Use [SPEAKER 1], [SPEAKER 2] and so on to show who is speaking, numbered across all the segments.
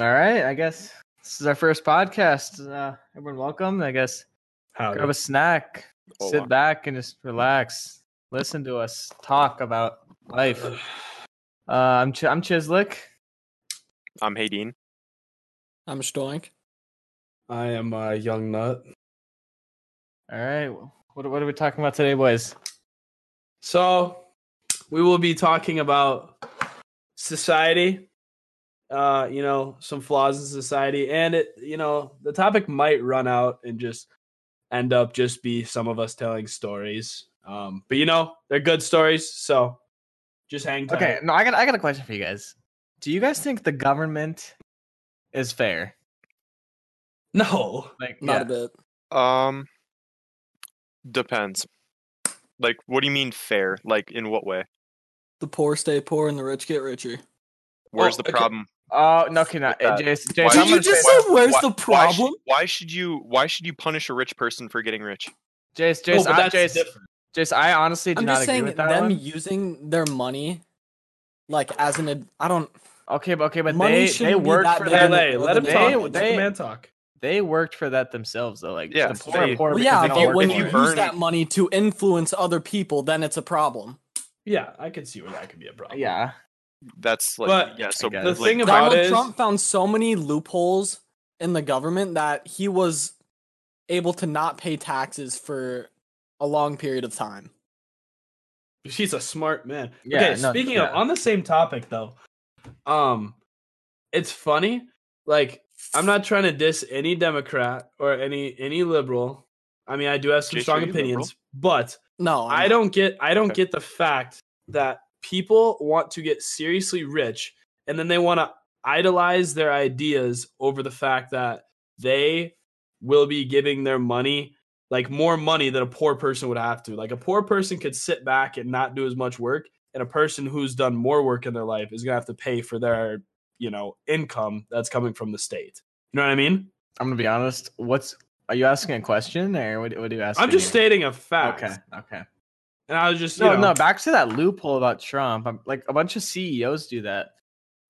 [SPEAKER 1] All right, I guess this is our first podcast. Uh, everyone, welcome. I guess grab a snack,
[SPEAKER 2] Oh,
[SPEAKER 1] sit
[SPEAKER 2] wow.
[SPEAKER 1] back, and just relax. Listen to us talk about life. Uh, I'm Ch- I'm Chislick.
[SPEAKER 2] I'm Hayden.
[SPEAKER 3] I'm Stoink.
[SPEAKER 4] I am a young nut.
[SPEAKER 1] All right, what what are we talking about today, boys?
[SPEAKER 4] So, we will be talking about society. Uh, you know, some flaws in society, and it, you know, the topic might run out and just end up just be some of us telling stories. Um, but you know, they're good stories, so just hang tight.
[SPEAKER 1] Okay, no, I got I got a question for you guys. Do you guys think the government is fair?
[SPEAKER 4] No,
[SPEAKER 1] Like,
[SPEAKER 3] Not
[SPEAKER 1] yeah.
[SPEAKER 3] a bit.
[SPEAKER 2] Um, depends. Like, what do you mean fair? Like, in what way?
[SPEAKER 3] The poor stay poor and the rich get richer.
[SPEAKER 2] Where's
[SPEAKER 4] Oh,
[SPEAKER 2] the
[SPEAKER 4] okay.
[SPEAKER 2] problem?
[SPEAKER 1] Oh no, okay, no,
[SPEAKER 2] Uh,
[SPEAKER 1] Jason.
[SPEAKER 2] why-
[SPEAKER 1] Jason
[SPEAKER 2] Did
[SPEAKER 1] I'm
[SPEAKER 2] you
[SPEAKER 1] gonna
[SPEAKER 2] just
[SPEAKER 1] say-
[SPEAKER 2] say-
[SPEAKER 3] where's
[SPEAKER 2] why-
[SPEAKER 3] the
[SPEAKER 2] Why should,
[SPEAKER 3] problem?
[SPEAKER 2] why should you? Why should you punish a rich person for getting rich?
[SPEAKER 1] Jace,
[SPEAKER 4] No,
[SPEAKER 1] Jace,
[SPEAKER 4] Oh, but
[SPEAKER 1] I,
[SPEAKER 4] that's
[SPEAKER 1] Jace,
[SPEAKER 4] different.
[SPEAKER 1] Jace, I honestly do
[SPEAKER 3] I'm
[SPEAKER 1] not
[SPEAKER 3] just
[SPEAKER 1] agree
[SPEAKER 3] saying
[SPEAKER 1] with that
[SPEAKER 3] them
[SPEAKER 1] one.
[SPEAKER 3] using their money, like as an ad- I don't.
[SPEAKER 1] Okay, but okay, but
[SPEAKER 3] Money
[SPEAKER 1] they they
[SPEAKER 3] shouldn't be
[SPEAKER 1] worked
[SPEAKER 3] that
[SPEAKER 1] for
[SPEAKER 3] big
[SPEAKER 1] that.
[SPEAKER 3] of
[SPEAKER 4] Hey, let him
[SPEAKER 1] They-
[SPEAKER 4] talk. Let
[SPEAKER 1] they-
[SPEAKER 4] the man talk.
[SPEAKER 1] They worked for that themselves, though. Like
[SPEAKER 2] Yeah,
[SPEAKER 1] the poor,
[SPEAKER 2] they-
[SPEAKER 1] are poor
[SPEAKER 3] Well,
[SPEAKER 1] because
[SPEAKER 3] yeah,
[SPEAKER 1] they
[SPEAKER 2] if
[SPEAKER 1] don't
[SPEAKER 3] but
[SPEAKER 2] you-
[SPEAKER 1] work
[SPEAKER 3] when
[SPEAKER 2] if
[SPEAKER 3] you
[SPEAKER 2] you
[SPEAKER 1] anymore.
[SPEAKER 2] burn-
[SPEAKER 3] use that money to influence other people, then it's a problem.
[SPEAKER 4] Yeah, I can see where that could be a problem.
[SPEAKER 1] yeah,
[SPEAKER 2] That's like
[SPEAKER 4] But
[SPEAKER 2] yeah. So
[SPEAKER 1] guess.
[SPEAKER 4] the
[SPEAKER 2] like,
[SPEAKER 4] thing about
[SPEAKER 3] Donald
[SPEAKER 4] it is,
[SPEAKER 3] Trump found so many loopholes in the government that he was able to not pay taxes for a long period of time.
[SPEAKER 4] She's a smart man.
[SPEAKER 1] Yeah,
[SPEAKER 4] okay,
[SPEAKER 1] no,
[SPEAKER 4] speaking
[SPEAKER 1] yeah.
[SPEAKER 4] of on the same topic though, um it's funny, like I'm not trying to diss any Democrat or any any liberal. I mean I do have some
[SPEAKER 2] Jason, are
[SPEAKER 4] strong
[SPEAKER 2] you liberal?
[SPEAKER 4] opinions, but
[SPEAKER 3] No, I'm
[SPEAKER 4] I
[SPEAKER 3] not.
[SPEAKER 4] don't get I don't
[SPEAKER 2] Okay.
[SPEAKER 4] get the fact that people want to get seriously rich and then they want to idolize their ideas over the fact that they will be giving their money like more money than a poor person would have to. Like a poor person could sit back and not do as much work and a person who's done more work in their life is going to have to pay for their, you know, income that's coming from the state. You know what I mean?
[SPEAKER 1] I'm gonna be honest. What's are you asking a question or what, what are you asking?
[SPEAKER 4] I'm just
[SPEAKER 1] me?
[SPEAKER 4] stating a fact.
[SPEAKER 1] Okay, okay.
[SPEAKER 4] And I was just you
[SPEAKER 1] No,
[SPEAKER 4] know,
[SPEAKER 1] no. Back to that loophole about Trump. I'm, like a bunch of CEOs do that.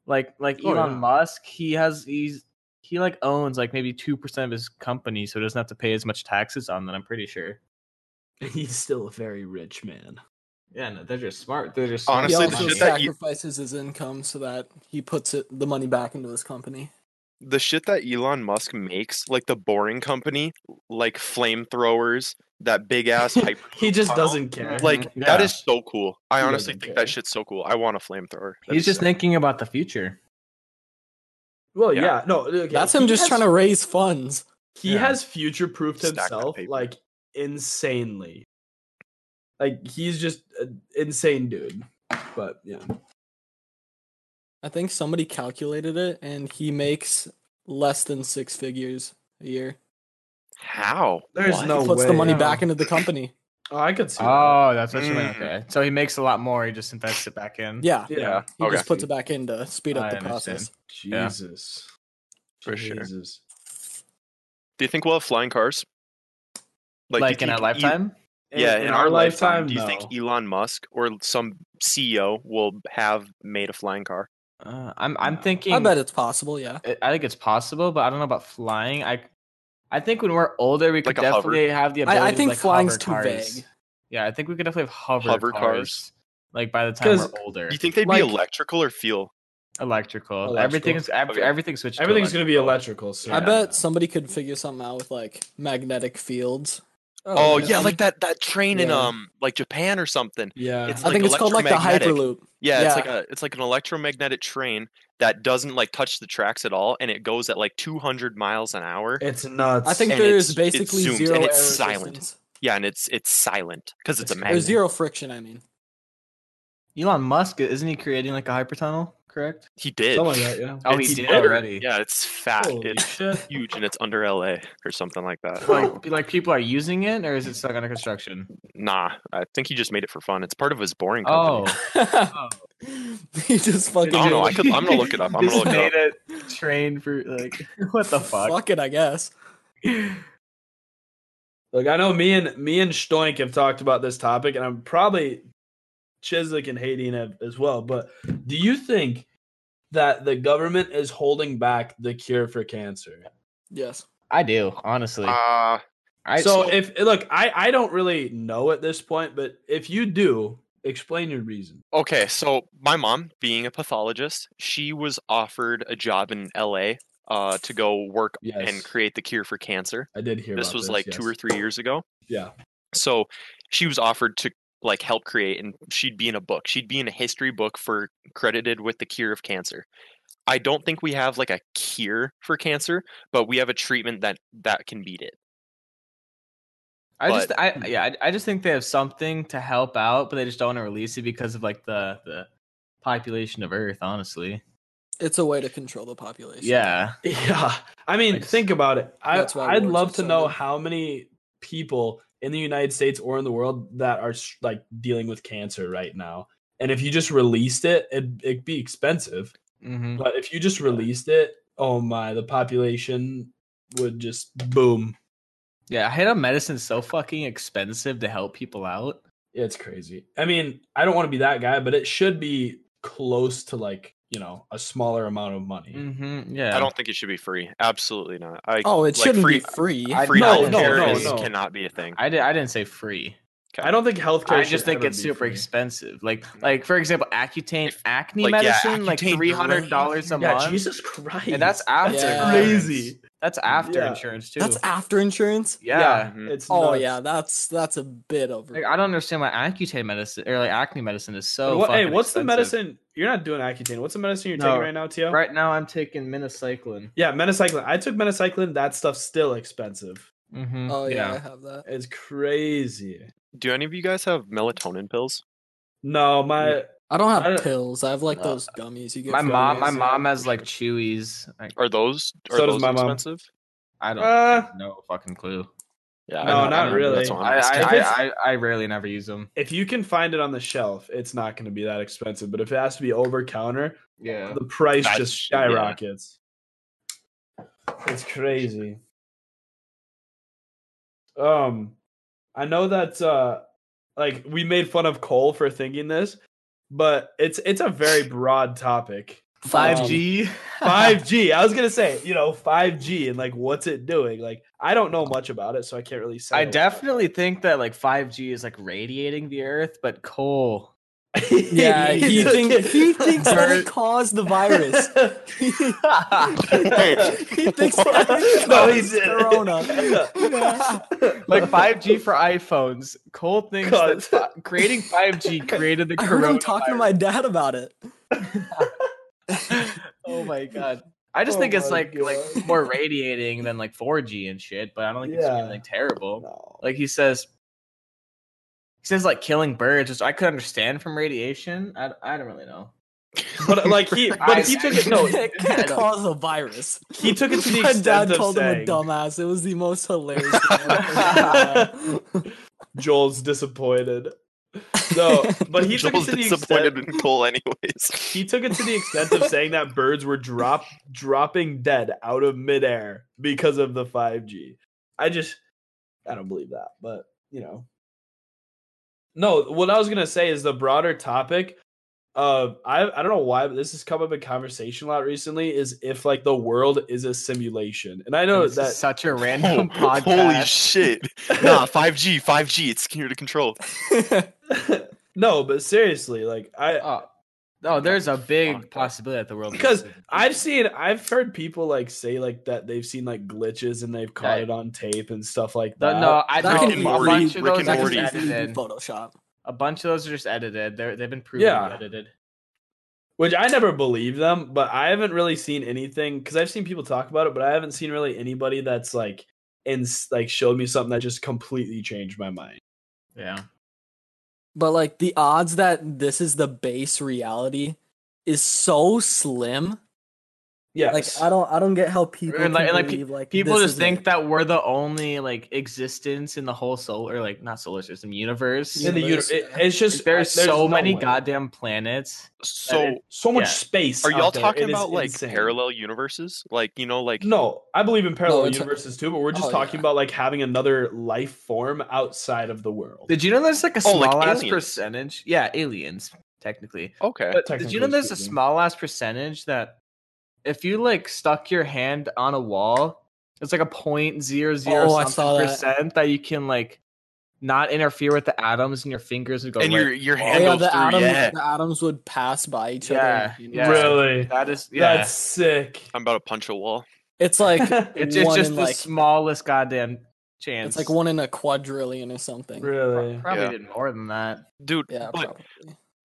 [SPEAKER 1] Like, like
[SPEAKER 4] Oh,
[SPEAKER 1] Elon
[SPEAKER 4] yeah.
[SPEAKER 1] Musk, he has he's he like owns like maybe two percent of his company, so he doesn't have to pay as much taxes on that. I'm pretty sure.
[SPEAKER 4] he's still a very rich man.
[SPEAKER 1] Yeah, no, they're just smart. They're just
[SPEAKER 2] smart.
[SPEAKER 3] He
[SPEAKER 2] Honestly, the
[SPEAKER 3] also
[SPEAKER 2] shit that you-
[SPEAKER 3] sacrifices his income so that he puts it, the money back into his company.
[SPEAKER 2] the shit that Elon Musk makes, like the Boring Company, like flamethrowers, that big ass hyper.
[SPEAKER 4] He just doesn't care.
[SPEAKER 1] Mhm.
[SPEAKER 2] Like that
[SPEAKER 1] Yeah.
[SPEAKER 2] is so cool. I
[SPEAKER 4] He
[SPEAKER 2] honestly
[SPEAKER 4] doesn't
[SPEAKER 2] think
[SPEAKER 4] care.
[SPEAKER 2] that shit's so cool. I want a flamethrower. That'd
[SPEAKER 1] He's
[SPEAKER 2] be
[SPEAKER 1] just
[SPEAKER 2] sick.
[SPEAKER 1] thinking about the future.
[SPEAKER 4] Well,
[SPEAKER 2] Yeah.
[SPEAKER 4] yeah, no, okay,
[SPEAKER 3] That's him
[SPEAKER 4] he
[SPEAKER 3] just
[SPEAKER 4] has-
[SPEAKER 3] trying to raise funds.
[SPEAKER 4] He
[SPEAKER 1] Yeah.
[SPEAKER 4] has future proofed
[SPEAKER 2] Stack that
[SPEAKER 4] himself
[SPEAKER 2] paper.
[SPEAKER 4] like insanely. Like he's just an insane dude. But yeah,
[SPEAKER 3] I think somebody calculated it, and he makes less than six figures a year.
[SPEAKER 2] how?
[SPEAKER 4] there's
[SPEAKER 2] What?
[SPEAKER 4] no
[SPEAKER 3] he puts
[SPEAKER 4] way.
[SPEAKER 3] the money
[SPEAKER 1] No.
[SPEAKER 3] back into the company.
[SPEAKER 4] Oh, I could see. that.
[SPEAKER 1] Oh, that's what you meant.
[SPEAKER 2] Mm.
[SPEAKER 1] Okay, so he makes a lot more. He just invests it back in.
[SPEAKER 3] Yeah,
[SPEAKER 4] Yeah.
[SPEAKER 2] Yeah.
[SPEAKER 3] he
[SPEAKER 2] Okay.
[SPEAKER 3] just puts it back in to speed up
[SPEAKER 1] I
[SPEAKER 3] the
[SPEAKER 1] understand.
[SPEAKER 3] process.
[SPEAKER 1] Yeah.
[SPEAKER 4] Jesus.
[SPEAKER 2] For sure.
[SPEAKER 4] Jesus.
[SPEAKER 2] Do you think we'll have flying cars?
[SPEAKER 1] Like,
[SPEAKER 2] do you
[SPEAKER 1] in
[SPEAKER 2] think
[SPEAKER 1] our
[SPEAKER 2] E-
[SPEAKER 1] lifetime.
[SPEAKER 2] yeah, in, our, lifetime, do you
[SPEAKER 4] no.
[SPEAKER 2] think Elon Musk or some CEO will have made a flying car?
[SPEAKER 1] Uh, I'm I'm
[SPEAKER 4] No.
[SPEAKER 1] thinking.
[SPEAKER 3] I bet it's possible. Yeah,
[SPEAKER 1] I- I think it's possible, but I don't know about flying. I I think when we're older, we could
[SPEAKER 2] Like a hover.
[SPEAKER 1] definitely have the
[SPEAKER 3] I- I
[SPEAKER 1] ability.
[SPEAKER 3] think
[SPEAKER 1] to, like,
[SPEAKER 3] flying's
[SPEAKER 1] hover
[SPEAKER 3] too
[SPEAKER 1] cars.
[SPEAKER 3] vague.
[SPEAKER 1] Yeah, I think we could definitely have hover,
[SPEAKER 2] Hover
[SPEAKER 1] cars,
[SPEAKER 2] cars.
[SPEAKER 1] Like by the time
[SPEAKER 4] 'Cause
[SPEAKER 1] we're older,
[SPEAKER 2] Do you think they'd
[SPEAKER 4] Like-
[SPEAKER 2] be electrical or fuel?
[SPEAKER 1] electrical.
[SPEAKER 4] Electrical.
[SPEAKER 1] Everything's ev-
[SPEAKER 2] Okay.
[SPEAKER 1] everything switched.
[SPEAKER 4] Everything's
[SPEAKER 1] to
[SPEAKER 4] gonna be electrical. So
[SPEAKER 3] I bet somebody could figure something out with like magnetic fields.
[SPEAKER 2] Oh,
[SPEAKER 3] yeah.
[SPEAKER 2] yeah, like that that train in
[SPEAKER 3] Yeah.
[SPEAKER 2] um like Japan or something.
[SPEAKER 4] Yeah.
[SPEAKER 2] It's
[SPEAKER 3] I
[SPEAKER 2] like
[SPEAKER 3] think it's called like the
[SPEAKER 2] electromagnetic.
[SPEAKER 3] hyperloop.
[SPEAKER 2] Yeah,
[SPEAKER 3] Yeah.
[SPEAKER 2] it's like a it's like an electromagnetic train that doesn't like touch the tracks at all, and it goes at like 200 miles an hour.
[SPEAKER 4] it's nuts.
[SPEAKER 3] I think
[SPEAKER 2] And
[SPEAKER 3] there is
[SPEAKER 2] it's- it
[SPEAKER 3] basically
[SPEAKER 2] zooms,
[SPEAKER 3] zero
[SPEAKER 2] and it's
[SPEAKER 3] air
[SPEAKER 2] silent.
[SPEAKER 3] resistance.
[SPEAKER 2] Yeah, and it's it's silent because it's a
[SPEAKER 4] Or
[SPEAKER 3] or
[SPEAKER 2] magnet.
[SPEAKER 3] zero friction. I mean,
[SPEAKER 1] Elon Musk isn't he creating like a hypertunnel? Correct.
[SPEAKER 2] He did.
[SPEAKER 4] Something like that. Yeah.
[SPEAKER 1] Oh, he
[SPEAKER 2] It's
[SPEAKER 1] did
[SPEAKER 2] better.
[SPEAKER 1] already.
[SPEAKER 2] Yeah, it's fat.
[SPEAKER 4] Holy
[SPEAKER 2] it's
[SPEAKER 4] shit.
[SPEAKER 2] huge, and it's under LA or something like that.
[SPEAKER 1] Like, like people are using it, or is it stuck under construction?
[SPEAKER 2] Nah, I think he just made it for fun. It's part of his boring company.
[SPEAKER 1] Oh,
[SPEAKER 3] he just fucking.
[SPEAKER 2] I don't know. I could. I'm gonna look it up. I'm gonna
[SPEAKER 1] just
[SPEAKER 2] look it
[SPEAKER 1] made
[SPEAKER 2] up.
[SPEAKER 1] a train for like what the fuck?
[SPEAKER 3] Fuck it, I guess.
[SPEAKER 4] Look, I know me and me and Stoink have talked about this topic, and I'm probably Chiswick and Hayden have as well. But do you think that the government is holding back the cure for cancer.
[SPEAKER 3] Yes.
[SPEAKER 1] I do, honestly.
[SPEAKER 2] Uh,
[SPEAKER 1] I,
[SPEAKER 4] so, if look, I I don't really know at this point, but if you do, explain your reason.
[SPEAKER 2] okay, so my mom, being a pathologist, she was offered a job in LA uh, to go work
[SPEAKER 4] Yes,
[SPEAKER 2] and create the cure for cancer.
[SPEAKER 4] I did hear
[SPEAKER 2] This
[SPEAKER 4] about
[SPEAKER 2] was like two or
[SPEAKER 4] yes.
[SPEAKER 2] three years ago.
[SPEAKER 4] yeah.
[SPEAKER 2] so she was offered to like help create and she'd be in a book she'd be in a history book for credited with the cure of cancer i don't think we have like a cure for cancer but we have a treatment that that can beat it
[SPEAKER 1] I just, I yeah, I, I just think they have something to help out, but they just don't want to release it because of like the the population of Earth. Honestly,
[SPEAKER 3] It's a way to control the population.
[SPEAKER 1] yeah,
[SPEAKER 4] Yeah. I mean,
[SPEAKER 1] Like,
[SPEAKER 4] think about it. I,
[SPEAKER 3] that's why
[SPEAKER 4] I'd
[SPEAKER 3] wars
[SPEAKER 4] love
[SPEAKER 3] are
[SPEAKER 4] to
[SPEAKER 3] so
[SPEAKER 4] know
[SPEAKER 3] big.
[SPEAKER 4] how many people in the United States or in the world that are s- like dealing with cancer right now. And if you just released it, it'd, it'd be expensive.
[SPEAKER 1] mm-hmm.
[SPEAKER 4] But if you just released it, oh my, the population would just boom.
[SPEAKER 1] yeah. I hate how medicine's so fucking expensive to help people out.
[SPEAKER 4] It's crazy. I mean, I don't want to be that guy, but it should be close to like, you know, a smaller amount of money.
[SPEAKER 1] Mm-hmm. Yeah,
[SPEAKER 2] i don't think it should be free absolutely not i
[SPEAKER 3] Oh, it
[SPEAKER 2] Like
[SPEAKER 3] shouldn't
[SPEAKER 2] free-
[SPEAKER 3] be free.
[SPEAKER 1] I-
[SPEAKER 2] free
[SPEAKER 1] no,
[SPEAKER 2] healthcare
[SPEAKER 1] no, no,
[SPEAKER 2] is,
[SPEAKER 1] no.
[SPEAKER 2] cannot be a thing
[SPEAKER 1] I did. I didn't say free.
[SPEAKER 4] I don't think healthcare.
[SPEAKER 1] I
[SPEAKER 4] should
[SPEAKER 1] just think
[SPEAKER 4] ever
[SPEAKER 1] it's
[SPEAKER 4] be
[SPEAKER 1] super
[SPEAKER 4] free.
[SPEAKER 1] expensive. Like, like for example, Accutane
[SPEAKER 2] Mm-hmm. If-
[SPEAKER 1] acne
[SPEAKER 2] like, yeah,
[SPEAKER 1] medicine, like
[SPEAKER 2] Accutane
[SPEAKER 1] three hundred dollars a
[SPEAKER 2] Yeah,
[SPEAKER 1] month,
[SPEAKER 4] Jesus Christ.
[SPEAKER 1] and that's after
[SPEAKER 3] Yeah.
[SPEAKER 1] insurance.
[SPEAKER 4] crazy.
[SPEAKER 1] That's after
[SPEAKER 4] Yeah.
[SPEAKER 1] insurance too.
[SPEAKER 3] That's after insurance.
[SPEAKER 1] yeah.
[SPEAKER 2] Mhm.
[SPEAKER 4] It's
[SPEAKER 3] Oh
[SPEAKER 4] nuts.
[SPEAKER 3] yeah, that's that's a bit over.
[SPEAKER 1] Like I don't understand why Accutane medicine or like acne medicine is so.
[SPEAKER 4] But what- hey,
[SPEAKER 1] fucking
[SPEAKER 4] what's the
[SPEAKER 1] expensive.
[SPEAKER 4] medicine? You're not doing Accutane. What's the medicine you're
[SPEAKER 1] No.
[SPEAKER 4] taking right now, Tio?
[SPEAKER 1] Right now, I'm taking minocycline.
[SPEAKER 4] Yeah, minocycline. I took minocycline. That stuff's still expensive.
[SPEAKER 1] Mm-hmm.
[SPEAKER 3] Oh yeah, I have that.
[SPEAKER 4] It's crazy.
[SPEAKER 2] do any of you guys have melatonin pills
[SPEAKER 4] No, my
[SPEAKER 3] I don't have
[SPEAKER 4] I don't-
[SPEAKER 3] pills. I have like
[SPEAKER 1] No.
[SPEAKER 3] those gummies you get.
[SPEAKER 1] My
[SPEAKER 3] from-
[SPEAKER 1] mom, my
[SPEAKER 4] amazing.
[SPEAKER 1] mom has like chewies. Like,
[SPEAKER 2] are those are
[SPEAKER 4] So does
[SPEAKER 2] those
[SPEAKER 4] my mom.
[SPEAKER 2] expensive
[SPEAKER 1] I don't
[SPEAKER 4] uh,
[SPEAKER 1] have no fucking clue.
[SPEAKER 2] yeah I
[SPEAKER 4] No,
[SPEAKER 2] don't- I
[SPEAKER 4] not
[SPEAKER 2] don't know,
[SPEAKER 4] really.
[SPEAKER 2] that's what I'm
[SPEAKER 1] I,
[SPEAKER 2] asking.
[SPEAKER 4] If it's-
[SPEAKER 1] I, I, I rarely never use them.
[SPEAKER 4] if you can find it on the shelf, it's not going to be that expensive. But if it has to be over counter,
[SPEAKER 1] Yeah.
[SPEAKER 4] the price
[SPEAKER 2] That's-
[SPEAKER 4] just
[SPEAKER 2] yeah.
[SPEAKER 4] skyrockets. It's crazy. Um, I know that uh, like we made fun of Cole for thinking this, but it's it's a very broad topic.
[SPEAKER 1] Five G.
[SPEAKER 4] Five G. I was gonna say, you know, five G and like what's it doing? Like I don't know much about it, so I can't really say.
[SPEAKER 1] I
[SPEAKER 4] a lot.
[SPEAKER 1] definitely think that like five G is like radiating the Earth, but coal.
[SPEAKER 3] Yeah, he, think, he thinks that it caused the virus. he thinks that it
[SPEAKER 4] No, he
[SPEAKER 3] caused
[SPEAKER 4] didn't.
[SPEAKER 3] corona.
[SPEAKER 1] like five G for iPhones. Cole thinks that
[SPEAKER 4] Cause-
[SPEAKER 1] fi- creating five G created the
[SPEAKER 3] I heard him
[SPEAKER 1] coronavirus.
[SPEAKER 3] talking to my dad about it.
[SPEAKER 1] oh my god. I just
[SPEAKER 4] Oh
[SPEAKER 1] think it's
[SPEAKER 4] my
[SPEAKER 1] like like
[SPEAKER 4] God.
[SPEAKER 1] more radiating than like 4G and shit, but I don't think it's
[SPEAKER 4] Yeah.
[SPEAKER 1] anything terrible.
[SPEAKER 4] No.
[SPEAKER 1] Like he says, he says like killing birds, which I could understand from radiation. I, I don't really know.
[SPEAKER 4] but uh, like he, but he took it. No,
[SPEAKER 3] it
[SPEAKER 1] I
[SPEAKER 3] can
[SPEAKER 1] know.
[SPEAKER 3] cause a virus.
[SPEAKER 4] he took it to the
[SPEAKER 3] My
[SPEAKER 4] extent
[SPEAKER 3] dad
[SPEAKER 4] of
[SPEAKER 3] called him a
[SPEAKER 4] saying,
[SPEAKER 3] dumbass. It was the most hilarious. thing I've ever heard.
[SPEAKER 4] Joel's disappointed. No, but he
[SPEAKER 2] Joel's
[SPEAKER 4] took it to the
[SPEAKER 2] disappointed
[SPEAKER 4] extent,
[SPEAKER 2] in Cole, anyways.
[SPEAKER 4] he took it to the extent of saying that birds were drop dropping dead out of midair because of the 5G. I just I don't believe that, but you know. No, what I was gonna say is the broader topic of I I don't know why, but this has come up in conversation a lot recently, is if like the world is a simulation. And I know
[SPEAKER 1] This is
[SPEAKER 4] that
[SPEAKER 1] such a
[SPEAKER 2] Oh,
[SPEAKER 1] random podcast.
[SPEAKER 2] holy shit. Nah, 5G, 5G, it's here to control.
[SPEAKER 4] no, but seriously, like I
[SPEAKER 1] Oh, no, there's a big
[SPEAKER 2] Fuck.
[SPEAKER 1] possibility that the world
[SPEAKER 4] Because I've seen, I've heard people like say like that they've seen like glitches and they've caught
[SPEAKER 1] Yeah.
[SPEAKER 4] it on tape and stuff like
[SPEAKER 1] No,
[SPEAKER 4] that.
[SPEAKER 1] no, I
[SPEAKER 3] That
[SPEAKER 1] no,
[SPEAKER 3] can
[SPEAKER 1] a
[SPEAKER 3] be
[SPEAKER 1] bunch of
[SPEAKER 2] Rick
[SPEAKER 1] those
[SPEAKER 2] and
[SPEAKER 1] are
[SPEAKER 2] Morty.
[SPEAKER 1] just edited.
[SPEAKER 3] Photoshop.
[SPEAKER 1] A bunch of those are just edited. They're, they've been proven
[SPEAKER 4] Yeah.
[SPEAKER 1] edited.
[SPEAKER 4] which I never believe them, but I haven't really seen anything because I've seen people talk about it, but I haven't seen really anybody that's like and s- like showed me something that just completely changed my mind.
[SPEAKER 1] Yeah.
[SPEAKER 3] But like the odds that this is the base reality is so slim.
[SPEAKER 4] Yeah,
[SPEAKER 3] Like I don't, I don't get how people
[SPEAKER 1] And, like- and,
[SPEAKER 3] can
[SPEAKER 1] like, pe-
[SPEAKER 3] believe, like
[SPEAKER 1] People
[SPEAKER 3] this
[SPEAKER 1] just
[SPEAKER 3] is
[SPEAKER 1] think
[SPEAKER 3] it.
[SPEAKER 1] that we're the only like existence in the whole solar, like not solar system, universe.
[SPEAKER 4] in the
[SPEAKER 3] universe,
[SPEAKER 4] universe,
[SPEAKER 3] yeah.
[SPEAKER 4] it's just
[SPEAKER 1] There's, so
[SPEAKER 4] no
[SPEAKER 1] many
[SPEAKER 4] way.
[SPEAKER 1] goddamn planets.
[SPEAKER 2] So,
[SPEAKER 4] so much
[SPEAKER 1] yeah.
[SPEAKER 4] space.
[SPEAKER 2] are
[SPEAKER 4] out
[SPEAKER 2] y'all
[SPEAKER 4] there,
[SPEAKER 2] talking
[SPEAKER 4] it is
[SPEAKER 2] about like
[SPEAKER 4] insane.
[SPEAKER 2] parallel universes? Like, you know, like.
[SPEAKER 4] No, I believe in parallel
[SPEAKER 3] it's-
[SPEAKER 4] universes too, but we're just
[SPEAKER 3] Oh,
[SPEAKER 4] talking
[SPEAKER 3] yeah.
[SPEAKER 4] about like having another life form outside of the world.
[SPEAKER 1] Did you know there's like a
[SPEAKER 2] Oh,
[SPEAKER 1] small
[SPEAKER 2] like
[SPEAKER 1] ass
[SPEAKER 2] aliens.
[SPEAKER 1] percentage? Yeah, aliens. technically.
[SPEAKER 2] Okay.
[SPEAKER 1] But did you know
[SPEAKER 4] Technically
[SPEAKER 1] there's a
[SPEAKER 4] speaking.
[SPEAKER 1] small ass percentage that if you like stuck your hand on a wall, it's like a point zero zero
[SPEAKER 3] Oh, I
[SPEAKER 1] something
[SPEAKER 3] saw that.
[SPEAKER 1] percent that you can like not interfere with the atoms in your fingers and go.
[SPEAKER 2] and
[SPEAKER 1] right.
[SPEAKER 2] your your hand
[SPEAKER 3] Oh, Yeah,
[SPEAKER 2] goes
[SPEAKER 3] the
[SPEAKER 2] through.
[SPEAKER 3] atoms,
[SPEAKER 2] yeah.
[SPEAKER 3] the atoms would pass by each
[SPEAKER 1] Yeah,
[SPEAKER 3] other.
[SPEAKER 1] yeah.
[SPEAKER 4] Really?
[SPEAKER 1] that is yeah.
[SPEAKER 4] That's sick.
[SPEAKER 2] I'm about to punch a wall.
[SPEAKER 3] It's like
[SPEAKER 1] it's it's
[SPEAKER 3] one
[SPEAKER 1] just
[SPEAKER 3] in,
[SPEAKER 1] the
[SPEAKER 3] like-
[SPEAKER 1] smallest goddamn chance.
[SPEAKER 3] it's like one in a quadrillion or something.
[SPEAKER 4] really?
[SPEAKER 1] Probably
[SPEAKER 2] Yeah.
[SPEAKER 1] did more than that.
[SPEAKER 2] Dude,
[SPEAKER 3] Yeah,
[SPEAKER 2] but
[SPEAKER 3] probably.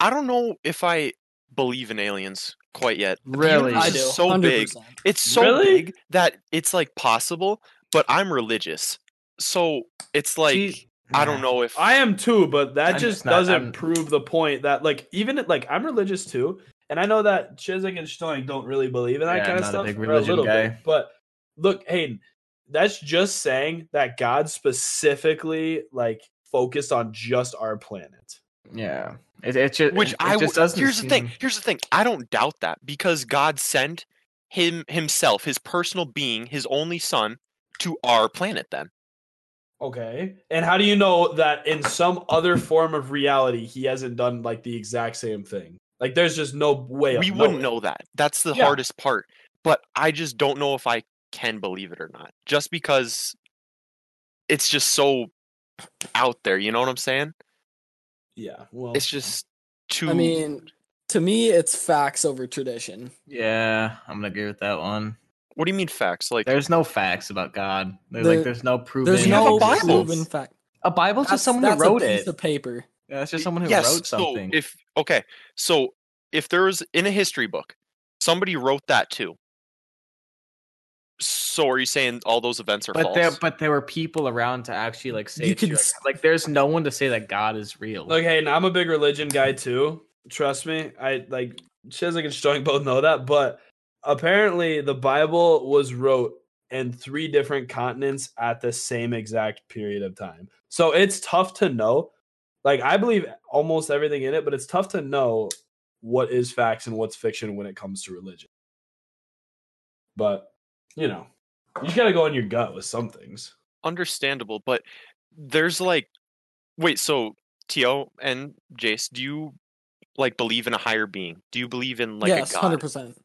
[SPEAKER 2] I don't know if I believe in aliens quite yet. The
[SPEAKER 1] Really?
[SPEAKER 2] universe
[SPEAKER 3] I
[SPEAKER 2] is
[SPEAKER 3] do.
[SPEAKER 2] so big.
[SPEAKER 3] 100%.
[SPEAKER 2] It's so
[SPEAKER 4] Really?
[SPEAKER 2] big that it's like possible, but I'm religious. So it's like
[SPEAKER 1] Gee-
[SPEAKER 2] I don't know if
[SPEAKER 4] I am too, but that
[SPEAKER 1] I'm
[SPEAKER 4] just
[SPEAKER 1] just not-
[SPEAKER 4] doesn't
[SPEAKER 1] I'm-
[SPEAKER 4] prove the point that like even at- like I'm religious too, and I know that Chiswick and Stoning don't really believe in that
[SPEAKER 1] Yeah,
[SPEAKER 4] kind
[SPEAKER 1] I'm
[SPEAKER 4] of
[SPEAKER 1] not a
[SPEAKER 4] stuff.
[SPEAKER 1] big
[SPEAKER 4] or
[SPEAKER 1] religion
[SPEAKER 4] little
[SPEAKER 1] guy.
[SPEAKER 4] bit, but look, Hayden, that's just saying that God specifically like focused on just our planet.
[SPEAKER 1] Yeah, it, it just
[SPEAKER 2] which
[SPEAKER 1] it,
[SPEAKER 2] I
[SPEAKER 1] it just
[SPEAKER 2] would-
[SPEAKER 1] doesn't.
[SPEAKER 2] here's the thing.
[SPEAKER 1] seem-
[SPEAKER 2] Here's the thing. I don't doubt that because God sent him himself, his personal being, his only son, to our planet. Then
[SPEAKER 4] Okay, and how do you know that in some other form of reality he hasn't done like the exact same thing? Like, there's just no way of
[SPEAKER 2] we wouldn't
[SPEAKER 4] knowing.
[SPEAKER 2] know that. That's the
[SPEAKER 4] Yeah.
[SPEAKER 2] hardest part. But I just don't know if I can believe it or not, just because it's just so out there. You know what I'm saying?
[SPEAKER 4] Yeah, well,
[SPEAKER 2] It's just too.
[SPEAKER 3] I mean, to me, it's facts over tradition.
[SPEAKER 1] Yeah, I'm gonna agree with that one.
[SPEAKER 2] what do you mean facts? Like
[SPEAKER 1] There's no facts about God. They're
[SPEAKER 3] There-
[SPEAKER 1] like there's no proven.
[SPEAKER 3] There's
[SPEAKER 2] You have
[SPEAKER 3] no
[SPEAKER 2] a Bible.
[SPEAKER 3] proven fact.
[SPEAKER 1] A Bible's
[SPEAKER 3] That's
[SPEAKER 1] just someone who
[SPEAKER 3] that's
[SPEAKER 1] wrote
[SPEAKER 3] a piece
[SPEAKER 1] it.
[SPEAKER 3] of paper.
[SPEAKER 1] Yeah, that's just
[SPEAKER 2] Y-
[SPEAKER 1] someone who
[SPEAKER 2] yes,
[SPEAKER 1] wrote something.
[SPEAKER 2] So if okay, so if there was in a history book, somebody wrote that too. So are you saying all those events are
[SPEAKER 1] but
[SPEAKER 2] false?
[SPEAKER 1] there, but there were people around to actually like say
[SPEAKER 3] You
[SPEAKER 1] it's true.
[SPEAKER 3] could s-
[SPEAKER 1] like there's no one to say that God is real.
[SPEAKER 4] Look, Hayden, I'm a big religion guy too. Trust me. I like Chiswick and Strong both know that, but apparently the Bible was wrote in three different continents at the same exact period of time. So it's tough to know. Like I believe almost everything in it, but it's tough to know what is facts and what's fiction when it comes to religion. But you know, you just gotta go on your gut with some things.
[SPEAKER 2] Understandable, but there's like wait, so Tio and Jace, do you like believe in a higher being? Do you believe in like
[SPEAKER 3] yes,
[SPEAKER 2] a
[SPEAKER 3] hundred
[SPEAKER 2] god?
[SPEAKER 3] percent.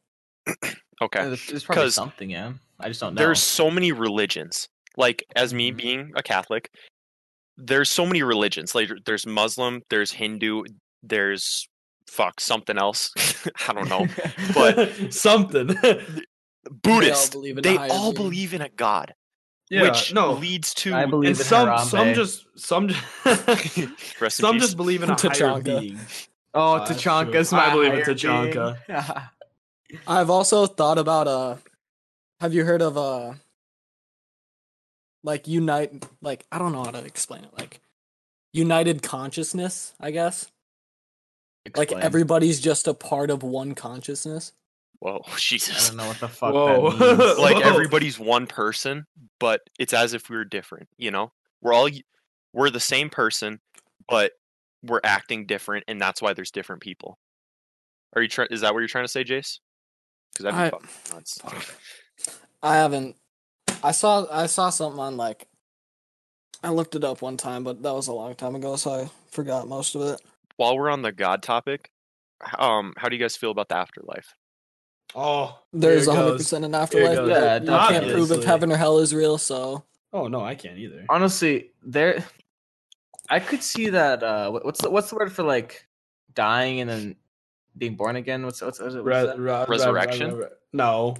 [SPEAKER 2] Okay.
[SPEAKER 1] Yeah, there's, there's probably
[SPEAKER 2] 'Cause
[SPEAKER 1] something. Yeah, I just don't know.
[SPEAKER 2] there's so many religions like as me
[SPEAKER 1] Mhm.
[SPEAKER 2] being a catholic there's so many religions like there's muslim there's hindu there's fuck something else i don't know but-
[SPEAKER 4] something.
[SPEAKER 2] buddhist
[SPEAKER 3] believe in a
[SPEAKER 2] they
[SPEAKER 3] higher
[SPEAKER 2] all
[SPEAKER 3] being.
[SPEAKER 2] believe in a god which leads to
[SPEAKER 1] I believe
[SPEAKER 4] and
[SPEAKER 1] in
[SPEAKER 4] some
[SPEAKER 1] Harambe.
[SPEAKER 4] some just some just,
[SPEAKER 2] rest in
[SPEAKER 4] some
[SPEAKER 2] peace.
[SPEAKER 4] just believe in a higher
[SPEAKER 3] T'Chaka.
[SPEAKER 4] being.
[SPEAKER 1] oh,
[SPEAKER 4] that's true.
[SPEAKER 1] T'Chonka's
[SPEAKER 4] I
[SPEAKER 1] my
[SPEAKER 4] believe in
[SPEAKER 1] higher
[SPEAKER 4] T'Chonka.
[SPEAKER 1] being.
[SPEAKER 3] I've also thought about uh have you heard of uh like unite like I don't know how to explain it like united consciousness, I guess. Like
[SPEAKER 1] Explain.
[SPEAKER 3] everybody's just a part of one consciousness.
[SPEAKER 2] whoa
[SPEAKER 1] I
[SPEAKER 2] jesus
[SPEAKER 1] don't know what the fuck
[SPEAKER 4] Whoa.
[SPEAKER 1] that means.
[SPEAKER 2] like
[SPEAKER 4] Whoa.
[SPEAKER 2] everybody's one person but it's as if we were different you know we're all y- we're the same person but we're acting different and that's why there's different people are you trying is that what you're trying to say jace because that'd be
[SPEAKER 3] I-
[SPEAKER 2] fucking nuts.
[SPEAKER 3] I haven't I saw I saw something on like I looked it up one time, but that was a long time ago, so I forgot most of it.
[SPEAKER 2] while we're on the god topic h- um how do you guys feel about the afterlife
[SPEAKER 4] Oh, there
[SPEAKER 3] There's
[SPEAKER 4] it
[SPEAKER 3] hundred
[SPEAKER 4] goes.
[SPEAKER 3] percent an
[SPEAKER 4] it
[SPEAKER 3] afterlife.
[SPEAKER 4] goes.
[SPEAKER 1] Yeah,
[SPEAKER 3] but you can't prove if
[SPEAKER 4] obviously.
[SPEAKER 3] heaven or hell is real, so
[SPEAKER 4] Oh no, I can't either.
[SPEAKER 1] honestly there i could see that uh wh- what's the, what's the word for like dying and then being born again what's what's, what's, what's
[SPEAKER 4] Re-
[SPEAKER 1] that?
[SPEAKER 4] re- re-
[SPEAKER 2] Resurrection?
[SPEAKER 4] re- re- no,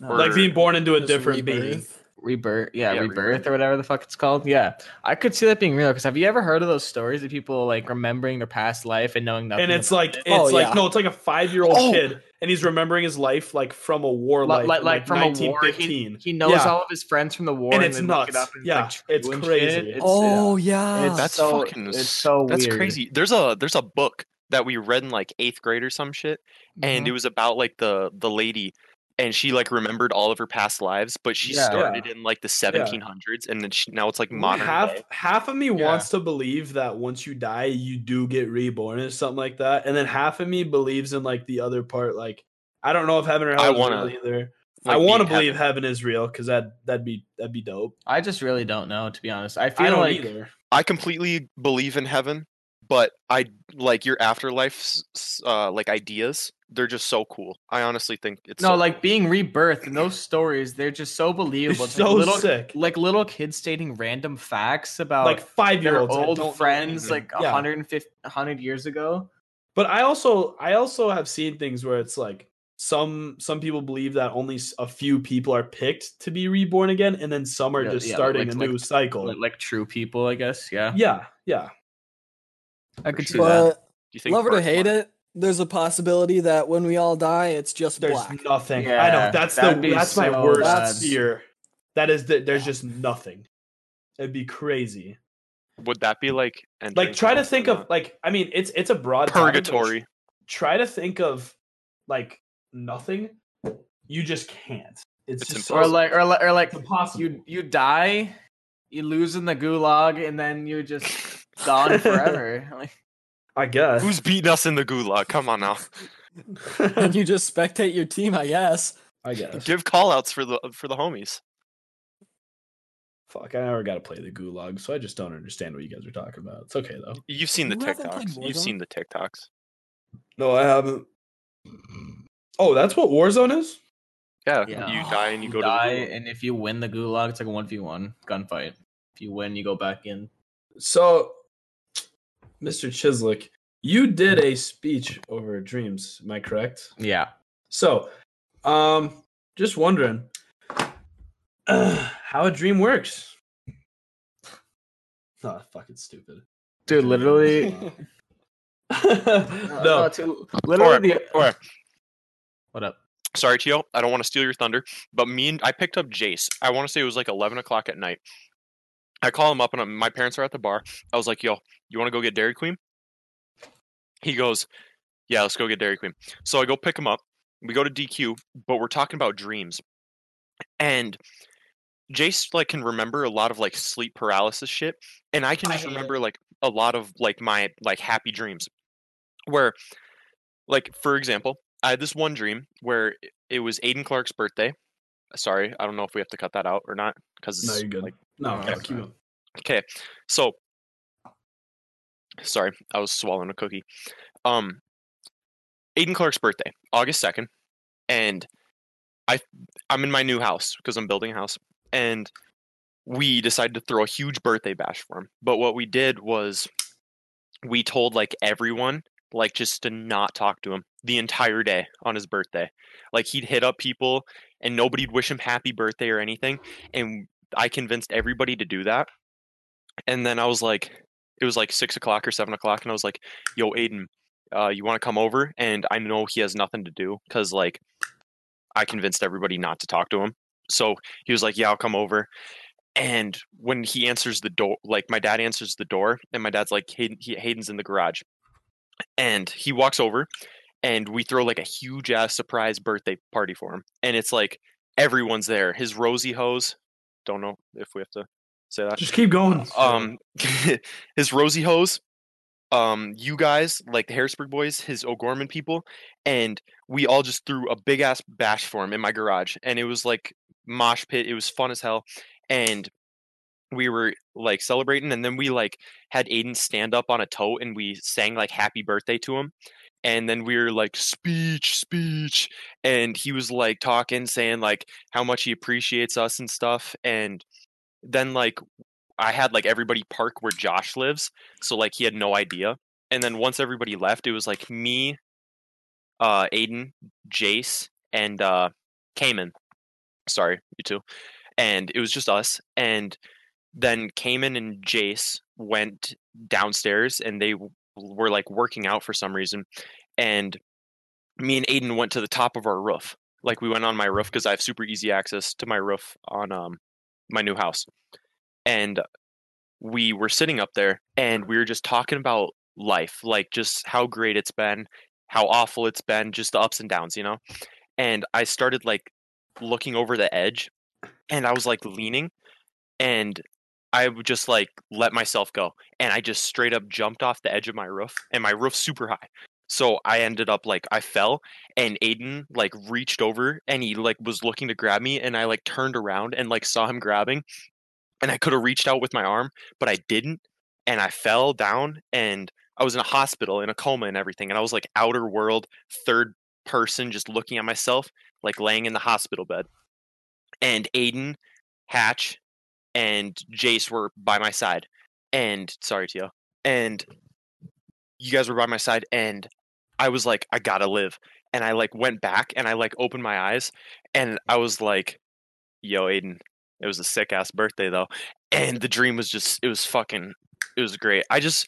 [SPEAKER 1] No,
[SPEAKER 2] Or-
[SPEAKER 4] like being born into a
[SPEAKER 3] Just
[SPEAKER 4] different
[SPEAKER 3] rebirth.
[SPEAKER 4] being.
[SPEAKER 1] rebirth yeah,
[SPEAKER 2] Yeah,
[SPEAKER 1] rebirth,
[SPEAKER 2] rebirth.
[SPEAKER 1] or whatever the fuck it's called yeah i could see that being real because have you ever heard of those stories of people like remembering their past life and knowing nothing
[SPEAKER 4] And it's
[SPEAKER 1] about-
[SPEAKER 4] like it's
[SPEAKER 3] Oh,
[SPEAKER 4] like
[SPEAKER 3] yeah.
[SPEAKER 4] no, it's like a five year old
[SPEAKER 2] Oh.
[SPEAKER 4] kid, and he's remembering his life like from a war,
[SPEAKER 1] Li-
[SPEAKER 4] life,
[SPEAKER 1] like, like from a war, he,
[SPEAKER 4] 1915.
[SPEAKER 1] he knows
[SPEAKER 4] Yeah.
[SPEAKER 1] all of his friends from the war,
[SPEAKER 4] And
[SPEAKER 1] and,
[SPEAKER 4] it's
[SPEAKER 1] then look it
[SPEAKER 4] nuts.
[SPEAKER 1] up and
[SPEAKER 4] Yeah,
[SPEAKER 1] it's, like,
[SPEAKER 4] it's uh,
[SPEAKER 1] true and
[SPEAKER 4] crazy.
[SPEAKER 1] shit. It's,
[SPEAKER 3] Oh yeah.
[SPEAKER 1] It's
[SPEAKER 2] that's
[SPEAKER 1] so-
[SPEAKER 2] fucking
[SPEAKER 1] it's
[SPEAKER 2] s-
[SPEAKER 1] so
[SPEAKER 2] that's
[SPEAKER 1] weird.
[SPEAKER 2] crazy there's a there's a book that we read in like eighth grade or some shit
[SPEAKER 1] yeah.
[SPEAKER 3] Mm-hmm.
[SPEAKER 2] and it was about like the the lady and she like remembered all of her past lives but she
[SPEAKER 1] Yeah.
[SPEAKER 2] started in like the 1700s and then she, now it's like modern
[SPEAKER 4] half
[SPEAKER 2] day.
[SPEAKER 4] half of me
[SPEAKER 1] Yeah.
[SPEAKER 4] wants to believe that once you die you do get reborn or something like that and then half of me believes in like the other part like i don't know if heaven or hell
[SPEAKER 2] I
[SPEAKER 4] is real
[SPEAKER 2] wanna,
[SPEAKER 4] either
[SPEAKER 2] like,
[SPEAKER 4] i
[SPEAKER 2] be
[SPEAKER 4] want to
[SPEAKER 2] in
[SPEAKER 4] believe
[SPEAKER 2] heaven.
[SPEAKER 4] heaven is real because that that'd be that'd be dope
[SPEAKER 1] I just really don't know, to be honest. I
[SPEAKER 4] i
[SPEAKER 1] feel
[SPEAKER 4] don't
[SPEAKER 1] like
[SPEAKER 4] either
[SPEAKER 2] i completely believe in heaven but I like your afterlife uh, like ideas. They're just so cool. I honestly think it's
[SPEAKER 1] no,
[SPEAKER 2] so-
[SPEAKER 1] like being rebirthed and those stories, they're just so believable. It's
[SPEAKER 4] so
[SPEAKER 1] like little,
[SPEAKER 4] sick.
[SPEAKER 1] Like little kids stating random facts about
[SPEAKER 4] Like five year
[SPEAKER 1] their
[SPEAKER 4] olds,
[SPEAKER 1] old friends,
[SPEAKER 2] anything.
[SPEAKER 1] like
[SPEAKER 4] Yeah.
[SPEAKER 1] 150, 100 years ago.
[SPEAKER 4] But I also I also have seen things where it's like some some people believe that only s- a few people are picked to be reborn again, and then some are
[SPEAKER 1] Yeah,
[SPEAKER 4] just
[SPEAKER 1] yeah,
[SPEAKER 4] starting
[SPEAKER 1] like-
[SPEAKER 4] a
[SPEAKER 1] like-
[SPEAKER 4] new cycle.
[SPEAKER 1] Like, like true people, I guess. Yeah,
[SPEAKER 4] yeah, yeah.
[SPEAKER 1] I could see that.
[SPEAKER 3] But
[SPEAKER 2] Do you
[SPEAKER 3] love it or
[SPEAKER 2] Bart's
[SPEAKER 3] hate
[SPEAKER 2] lying?
[SPEAKER 3] it, there's a possibility that when we all die, it's just
[SPEAKER 4] There's
[SPEAKER 3] black.
[SPEAKER 4] nothing. I know
[SPEAKER 1] Yeah,
[SPEAKER 4] that's the
[SPEAKER 1] that'd be
[SPEAKER 4] that's my
[SPEAKER 1] so
[SPEAKER 4] worst
[SPEAKER 3] bad.
[SPEAKER 4] fear. That is that there's just nothing. It'd be crazy.
[SPEAKER 2] Would that be like
[SPEAKER 4] Like
[SPEAKER 2] entering
[SPEAKER 4] try to
[SPEAKER 2] hell or
[SPEAKER 4] think of
[SPEAKER 2] not?
[SPEAKER 4] like I mean it's it's a broad topic, but
[SPEAKER 2] purgatory?
[SPEAKER 4] try to think of like nothing. You just can't. It's,
[SPEAKER 2] It's
[SPEAKER 4] just
[SPEAKER 1] Or
[SPEAKER 4] So,
[SPEAKER 1] like, or like, or like
[SPEAKER 4] it's impossible.
[SPEAKER 1] you you die, you lose in the gulag, and then you're just gone forever. Like,
[SPEAKER 4] I guess.
[SPEAKER 2] Who's beating us in the gulag? Come on now.
[SPEAKER 3] and you just spectate your team, I guess.
[SPEAKER 4] I guess.
[SPEAKER 2] Give call outs for the for the homies.
[SPEAKER 4] Fuck, I never got to play the gulag, so I just don't understand what you guys are talking about. It's okay though.
[SPEAKER 2] You've seen the
[SPEAKER 3] You haven't played
[SPEAKER 2] TikToks. You've
[SPEAKER 3] Warzone?
[SPEAKER 2] seen the TikToks.
[SPEAKER 4] No, I haven't. Oh, that's what Warzone is?
[SPEAKER 2] Yeah,
[SPEAKER 1] Yeah. Oh,
[SPEAKER 2] you die and you, go
[SPEAKER 1] die,
[SPEAKER 2] to the gulag.
[SPEAKER 1] and if you win the gulag, it's like a one v one gunfight. If you win, you go back in.
[SPEAKER 4] So, Mr. Chiswick, you did a speech over dreams, am I correct?
[SPEAKER 1] Yeah,
[SPEAKER 4] So, um, just wondering how a dream works. Oh, fucking stupid.
[SPEAKER 1] dude, literally.
[SPEAKER 4] no,
[SPEAKER 1] too, literally
[SPEAKER 2] Alright,
[SPEAKER 1] the-
[SPEAKER 2] alright.
[SPEAKER 1] What up?
[SPEAKER 2] sorry Tio, I don't want to steal your thunder, but me and I picked up Jace. I want to say it was like eleven o'clock at night. I call him up and I'm, my parents are at the bar. I was like, "Yo, you want to go get Dairy Queen?" He goes, "Yeah, let's go get Dairy Queen." So I go pick him up. We go to DQ, but we're talking about dreams, and Jace like can remember a lot of like sleep paralysis shit, and I can
[SPEAKER 3] I
[SPEAKER 2] just
[SPEAKER 3] hate it.
[SPEAKER 2] remember like a lot of like my like happy dreams, where like for example, I had this one dream where it- it was Aiden Clark's birthday. Sorry, I don't know if we have to cut that out or not because
[SPEAKER 4] no,
[SPEAKER 2] it's
[SPEAKER 4] you're good.
[SPEAKER 2] like
[SPEAKER 4] no,
[SPEAKER 1] Okay.
[SPEAKER 4] no, keep going.
[SPEAKER 2] okay. So sorry, I was swallowing a cookie. Um, Aiden Clark's birthday, August second, and I I'm in my new house because I'm building a house, and we decided to throw a huge birthday bash for him. But what we did was we told like everyone like just to not talk to him the entire day on his birthday. Like he'd hit up people and nobody'd wish him happy birthday or anything. And I convinced everybody to do that. And then I was like, it was like six o'clock or seven o'clock, and I was like, "Yo, Aiden, uh, you want to come over?" And I know he has nothing to do because like I convinced everybody not to talk to him. So he was like, "Yeah, I'll come over." And when he answers the door, like my dad answers the door, and my dad's like, "Hayden, he, Hayden's in the garage," and he walks over, and we throw like a huge ass surprise birthday party for him, and it's like everyone's there. His rosy hose, don't know if we have to say that
[SPEAKER 4] Just keep going.
[SPEAKER 2] um his rosy hose um you guys like the harrisburg boys his o'gorman people and we all just threw a big ass bash for him in my garage and it was like mosh pit it was fun as hell and we were like celebrating and then we like had aiden stand up on a tote and we sang like happy birthday to him and then we were like speech speech and he was like talking saying like how much he appreciates us and stuff and then like I had like everybody park where Josh lives, so like he had no idea. And then once everybody left, it was like me, uh, Aiden, Jace, and uh, Cayman. Sorry, you two. And it was just us. And then Cayman and Jace went downstairs, and they w- were like working out for some reason. And me and Aiden went to the top of our roof. Like we went on my roof because I have super easy access to my roof on um my new house and we were sitting up there and we were just talking about life, like just how great it's been, how awful it's been, just the ups and downs, you know? And I started like looking over the edge and I was like leaning and I would just like let myself go and I just straight up jumped off the edge of my roof and my roof's super high. So I ended up like I fell and Aiden like reached over and he like was looking to grab me and I like turned around and like saw him grabbing and I could have reached out with my arm, but I didn't. And I fell down and I was in a hospital in a coma and everything, and I was like outer world, third person, just looking at myself, like laying in the hospital bed. And Aiden, Hatch, and Jace were by my side. And sorry, Tio. And you guys were by my side, and I was like, I gotta live. And I like went back and I like opened my eyes and I was like, yo, Aiden, it was a sick ass birthday though. And the dream was just it was fucking it was great. I just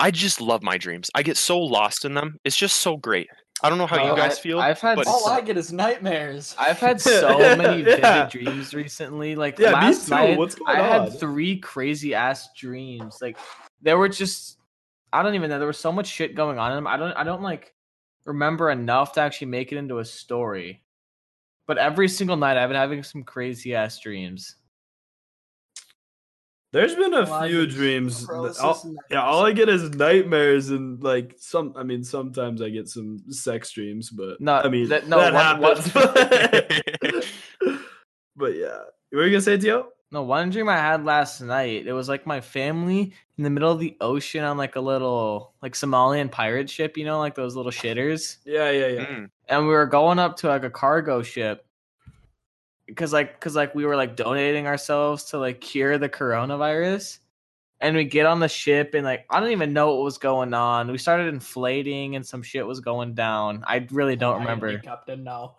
[SPEAKER 2] I just love my dreams. I get so lost in them. It's just so great. I don't know how
[SPEAKER 1] Bro,
[SPEAKER 2] you guys
[SPEAKER 1] Oh, I-
[SPEAKER 2] feel.
[SPEAKER 1] I've had
[SPEAKER 2] but-
[SPEAKER 1] so-
[SPEAKER 3] All I get is nightmares.
[SPEAKER 1] I've had so many vivid
[SPEAKER 4] Yeah.
[SPEAKER 1] dreams recently. Like
[SPEAKER 4] Yeah, me
[SPEAKER 1] last
[SPEAKER 4] too.
[SPEAKER 1] night,
[SPEAKER 4] What's going
[SPEAKER 1] I
[SPEAKER 4] on?
[SPEAKER 1] had three crazy ass dreams. Like there were just, I don't even know. There was so much shit going on in them. I don't, I don't like remember enough to actually make it into a story. But every single night, I've been having some crazy ass dreams.
[SPEAKER 4] There's been a
[SPEAKER 3] Well,
[SPEAKER 4] few
[SPEAKER 3] it's
[SPEAKER 4] dreams.
[SPEAKER 3] Paralysis
[SPEAKER 4] that- I'll-
[SPEAKER 3] and
[SPEAKER 4] yeah, all I get is nightmares and like some. I mean, sometimes I get some sex dreams, but
[SPEAKER 1] No,
[SPEAKER 4] I mean
[SPEAKER 1] that- no,
[SPEAKER 4] that
[SPEAKER 1] what-
[SPEAKER 4] happens. but yeah, what were you gonna say, Tio?
[SPEAKER 1] No, one dream I had last night, it was like my family in the middle of the ocean on like a little like Somalian pirate ship, you know, like those little shitters.
[SPEAKER 4] Yeah, yeah, yeah.
[SPEAKER 2] Mm,
[SPEAKER 1] and we were going up to like a cargo ship because like because like we were like donating ourselves to like cure the coronavirus and we get on the ship and like i don't even know what was going on we started inflating and some shit was going down i really don't remember
[SPEAKER 3] Captain now.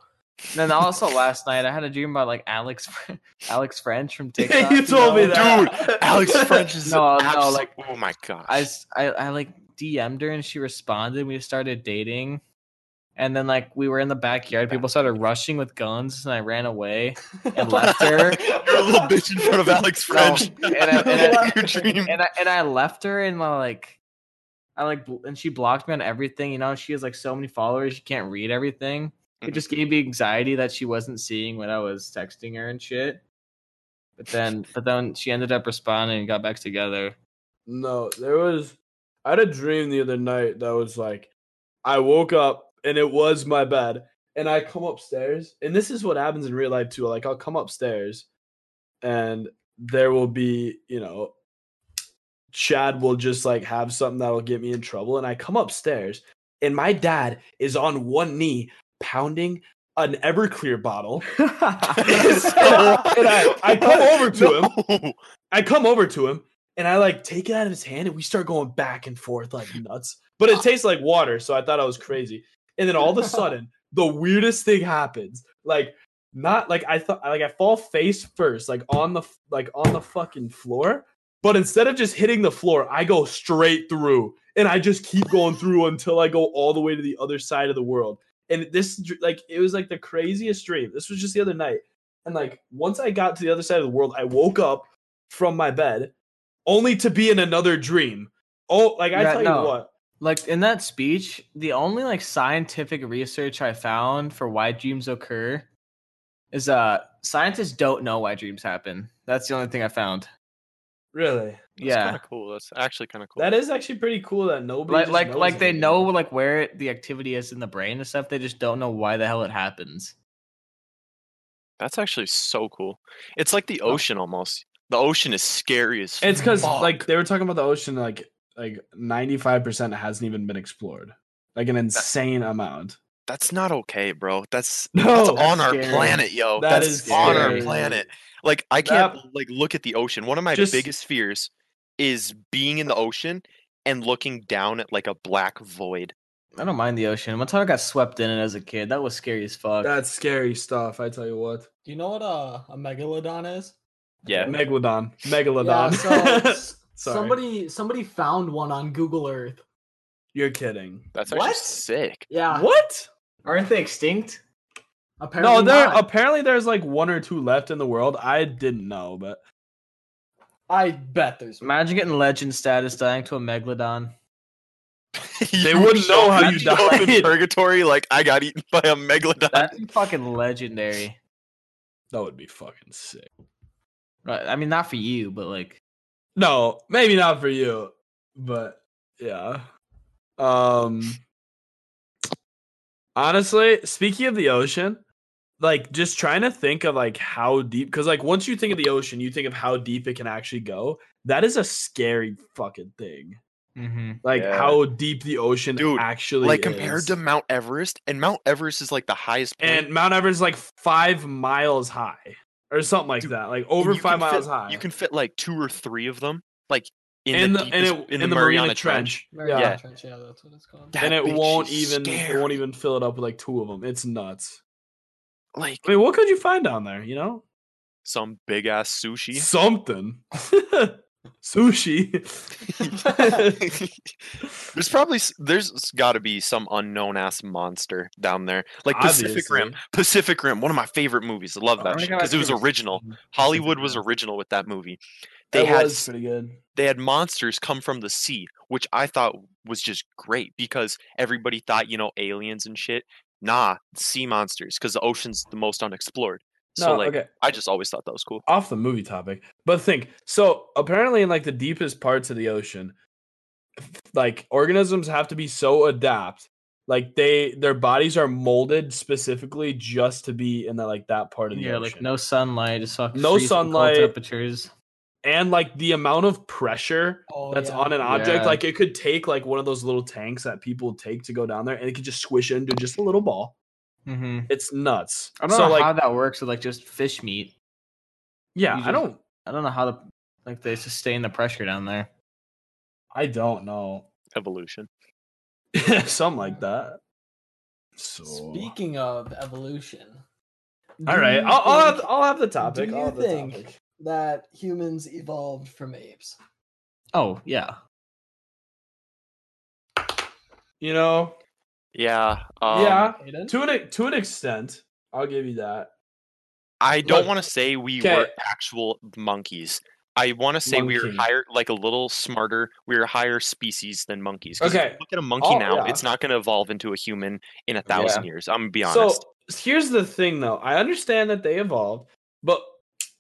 [SPEAKER 1] and then also last night i had a dream about like alex alex french from tiktok
[SPEAKER 4] you told me
[SPEAKER 1] know?
[SPEAKER 4] that,
[SPEAKER 2] Alex French is
[SPEAKER 1] No,
[SPEAKER 2] no,
[SPEAKER 1] no,
[SPEAKER 2] like
[SPEAKER 1] like-
[SPEAKER 2] oh my god.
[SPEAKER 1] I, s- I- I, like DM'd her and she responded. and We started dating. And then like we were in the backyard, people started rushing with guns and I ran away and left her.
[SPEAKER 2] You're a little bitch in front of Alex French.
[SPEAKER 1] and I- and
[SPEAKER 3] I-
[SPEAKER 2] your dream.
[SPEAKER 1] And I and I left her and I, like I like bl- and she blocked me on everything, you know, she has like so many followers, she can't read everything. It
[SPEAKER 2] Mhm.
[SPEAKER 1] just gave me anxiety that she wasn't seeing what I was texting her and shit. But then but then she ended up responding and got back together.
[SPEAKER 4] No, there was. I had a dream the other night that was like, I woke up and it was my bed, and I come upstairs, and this is what happens in real life too. Like I'll come upstairs, and there will be, you know, Chad will just like have something that'll get me in trouble, and I come upstairs, and my dad is on one knee pounding an Everclear bottle. and I- I come over to him.
[SPEAKER 2] him.
[SPEAKER 4] I come over to him and I like take it out of his hand and we start going back and forth like nuts. But it tastes like water, so I thought I was crazy. And then all of a sudden, the weirdest thing happens. Like not like I thought like I fall face first, like on the f- like on the fucking floor. But instead of just hitting the floor, I go straight through and I just keep going through until I go all the way to the other side of the world. And this dr- like it was like the craziest dream. This was just the other night. And like once I got to the other side of the world, I woke up from my bed, only to be in another dream. Oh, like I
[SPEAKER 1] Yeah,
[SPEAKER 4] tell
[SPEAKER 1] no.
[SPEAKER 4] you what,
[SPEAKER 1] like in that speech the only like scientific research i found for why dreams occur is uh scientists don't know why dreams happen that's the only thing i found
[SPEAKER 4] really,
[SPEAKER 1] Yeah.
[SPEAKER 2] kind of cool. That's actually kind of cool.
[SPEAKER 4] that is actually pretty cool that nobody
[SPEAKER 1] like
[SPEAKER 4] just
[SPEAKER 1] like
[SPEAKER 4] knows
[SPEAKER 1] like they
[SPEAKER 4] it.
[SPEAKER 1] know like where it, the activity is in the brain and stuff they just don't know why the hell it happens
[SPEAKER 2] That's actually so cool. It's like the ocean almost. The ocean is scary as
[SPEAKER 4] It's because
[SPEAKER 2] fuck.
[SPEAKER 4] like they were talking about the ocean, like like ninety five percent hasn't even been explored, like an insane amount.
[SPEAKER 2] that's not okay, bro. That's Oh, that's
[SPEAKER 4] No,
[SPEAKER 2] on our
[SPEAKER 1] scary.
[SPEAKER 2] planet, yo.
[SPEAKER 4] That
[SPEAKER 2] that's
[SPEAKER 4] is
[SPEAKER 2] on our
[SPEAKER 1] scary.
[SPEAKER 2] planet. Like I
[SPEAKER 4] That-
[SPEAKER 2] can't like look at the ocean. One of my
[SPEAKER 4] Just-
[SPEAKER 2] biggest fears is being in the ocean and looking down at like a black void.
[SPEAKER 1] i don't mind the ocean one time i got swept in it as a kid that was scary as fuck
[SPEAKER 4] that's scary stuff. I tell you what,
[SPEAKER 3] Do you know what uh, a megalodon is?
[SPEAKER 2] Yeah.
[SPEAKER 4] megalodon,
[SPEAKER 3] Yeah,
[SPEAKER 4] megalodon.
[SPEAKER 3] so s-
[SPEAKER 4] Sorry.
[SPEAKER 3] somebody somebody found one on Google Earth.
[SPEAKER 4] You're kidding.
[SPEAKER 2] That's actually
[SPEAKER 3] What?
[SPEAKER 2] sick.
[SPEAKER 3] Yeah,
[SPEAKER 4] What?
[SPEAKER 1] aren't they extinct
[SPEAKER 3] apparently
[SPEAKER 4] no, there
[SPEAKER 3] not.
[SPEAKER 4] apparently there's like one or two left in the world. I didn't know, but
[SPEAKER 3] I bet there's.
[SPEAKER 1] imagine getting legend status dying to a megalodon
[SPEAKER 2] they
[SPEAKER 4] wouldn't know how you
[SPEAKER 2] in
[SPEAKER 4] died.
[SPEAKER 2] purgatory. Like I got eaten by a megalodon.
[SPEAKER 1] that's fucking legendary
[SPEAKER 4] that would be fucking sick.
[SPEAKER 1] right i mean not for you but like
[SPEAKER 4] No, maybe not for you, but yeah. Um Honestly, speaking of the ocean, like just trying to think of like how deep cuz like once you think of the ocean, you think of how deep it can actually go. That is a scary fucking thing.
[SPEAKER 1] Mm-hmm.
[SPEAKER 4] like
[SPEAKER 5] Yeah.
[SPEAKER 4] how deep the ocean
[SPEAKER 2] Dude,
[SPEAKER 4] actually
[SPEAKER 2] Like
[SPEAKER 4] is.
[SPEAKER 2] compared to Mount Everest, and Mount Everest is like the highest point.
[SPEAKER 4] and Mount Everest is like five miles high or something like
[SPEAKER 2] Dude,
[SPEAKER 4] that, like
[SPEAKER 2] and
[SPEAKER 4] over
[SPEAKER 2] you
[SPEAKER 4] five
[SPEAKER 2] can fit-
[SPEAKER 4] miles high.
[SPEAKER 2] You can fit like two or three of them, like in
[SPEAKER 4] in
[SPEAKER 2] the,
[SPEAKER 4] the, in,
[SPEAKER 2] deepest-
[SPEAKER 4] it,
[SPEAKER 2] in, the, Mariana, Trench.
[SPEAKER 4] Yeah.
[SPEAKER 2] Yeah.
[SPEAKER 5] Mariana Trench, yeah, that's what it's called.
[SPEAKER 2] That
[SPEAKER 4] and it
[SPEAKER 2] bitch
[SPEAKER 4] won't
[SPEAKER 2] is
[SPEAKER 4] even it
[SPEAKER 2] scary.
[SPEAKER 4] won't even fill it up with like two of them. It's nuts.
[SPEAKER 2] like
[SPEAKER 4] I mean, what could you find down there? You know,
[SPEAKER 2] some big ass sushi.
[SPEAKER 4] something. Sushi.
[SPEAKER 2] there's probably s- there's got to be some unknown ass monster down there, like Pacific Rim.
[SPEAKER 4] Obviously. Oh
[SPEAKER 2] Pacific Rim, one of my favorite movies. I love that
[SPEAKER 1] my
[SPEAKER 2] shit
[SPEAKER 1] God,
[SPEAKER 2] because it
[SPEAKER 1] I've
[SPEAKER 2] was
[SPEAKER 1] never
[SPEAKER 2] original.
[SPEAKER 1] seen
[SPEAKER 2] Hollywood was
[SPEAKER 1] Pacific
[SPEAKER 2] original with that movie. They
[SPEAKER 4] That
[SPEAKER 2] had
[SPEAKER 4] was
[SPEAKER 2] s-
[SPEAKER 4] pretty good.
[SPEAKER 2] they had monsters come from the sea, which I thought was just great because everybody thought, you know, aliens and shit. Nah, sea monsters because the ocean's the most unexplored. So
[SPEAKER 4] No,
[SPEAKER 2] like,
[SPEAKER 4] okay.
[SPEAKER 2] I just always thought that was cool.
[SPEAKER 4] Off the movie topic, but think so. Apparently, in like the deepest parts of the ocean, like organisms have to be so adapt, like they their bodies are molded specifically just to be in that like that part of
[SPEAKER 1] Rim.
[SPEAKER 4] the
[SPEAKER 1] Yeah,
[SPEAKER 4] ocean.
[SPEAKER 1] like no sunlight, just fucking
[SPEAKER 4] No
[SPEAKER 1] freezing cold
[SPEAKER 4] sunlight.
[SPEAKER 1] temperatures.
[SPEAKER 4] and like the amount of pressure
[SPEAKER 5] Oh,
[SPEAKER 4] that's
[SPEAKER 5] yeah.
[SPEAKER 4] on an object.
[SPEAKER 1] Yeah.
[SPEAKER 4] Like it could take like one of those little tanks that people take to go down there, and it could just squish into just a little ball.
[SPEAKER 1] Mm-hmm.
[SPEAKER 4] It's nuts.
[SPEAKER 1] I don't
[SPEAKER 4] so
[SPEAKER 1] know
[SPEAKER 4] like
[SPEAKER 1] how that works with like just fish meat.
[SPEAKER 4] yeah,
[SPEAKER 1] you
[SPEAKER 4] I
[SPEAKER 1] just-
[SPEAKER 4] don't
[SPEAKER 1] I don't know how the like they sustain the pressure down there.
[SPEAKER 4] I don't know
[SPEAKER 2] Evolution.
[SPEAKER 4] something like that. So
[SPEAKER 5] Speaking of evolution,
[SPEAKER 4] all
[SPEAKER 5] do
[SPEAKER 4] right,
[SPEAKER 5] you
[SPEAKER 4] I'll, I'll, have,
[SPEAKER 5] think
[SPEAKER 4] I'll have the topic.
[SPEAKER 5] do
[SPEAKER 4] I'll
[SPEAKER 5] you
[SPEAKER 4] have the
[SPEAKER 5] think-
[SPEAKER 4] topic.
[SPEAKER 5] that humans evolved from apes.
[SPEAKER 1] Oh yeah,
[SPEAKER 4] You know,
[SPEAKER 2] Yeah. Um,
[SPEAKER 4] yeah,
[SPEAKER 5] Aiden?
[SPEAKER 4] to an e- to an extent, I'll give you that.
[SPEAKER 2] I don't
[SPEAKER 4] Look,
[SPEAKER 2] want to say we were
[SPEAKER 4] okay.
[SPEAKER 2] actual monkeys. I want to say we
[SPEAKER 4] Monkey.
[SPEAKER 2] were higher, like a little smarter. We are a higher species than monkeys. 'cause if you
[SPEAKER 4] Okay.
[SPEAKER 2] Look at a monkey
[SPEAKER 4] Oh,
[SPEAKER 2] now;
[SPEAKER 4] yeah.
[SPEAKER 2] it's not going to evolve into a human in a thousand years. I'm gonna be
[SPEAKER 4] so
[SPEAKER 2] honest.
[SPEAKER 4] here's the thing, though. I understand that they evolved, but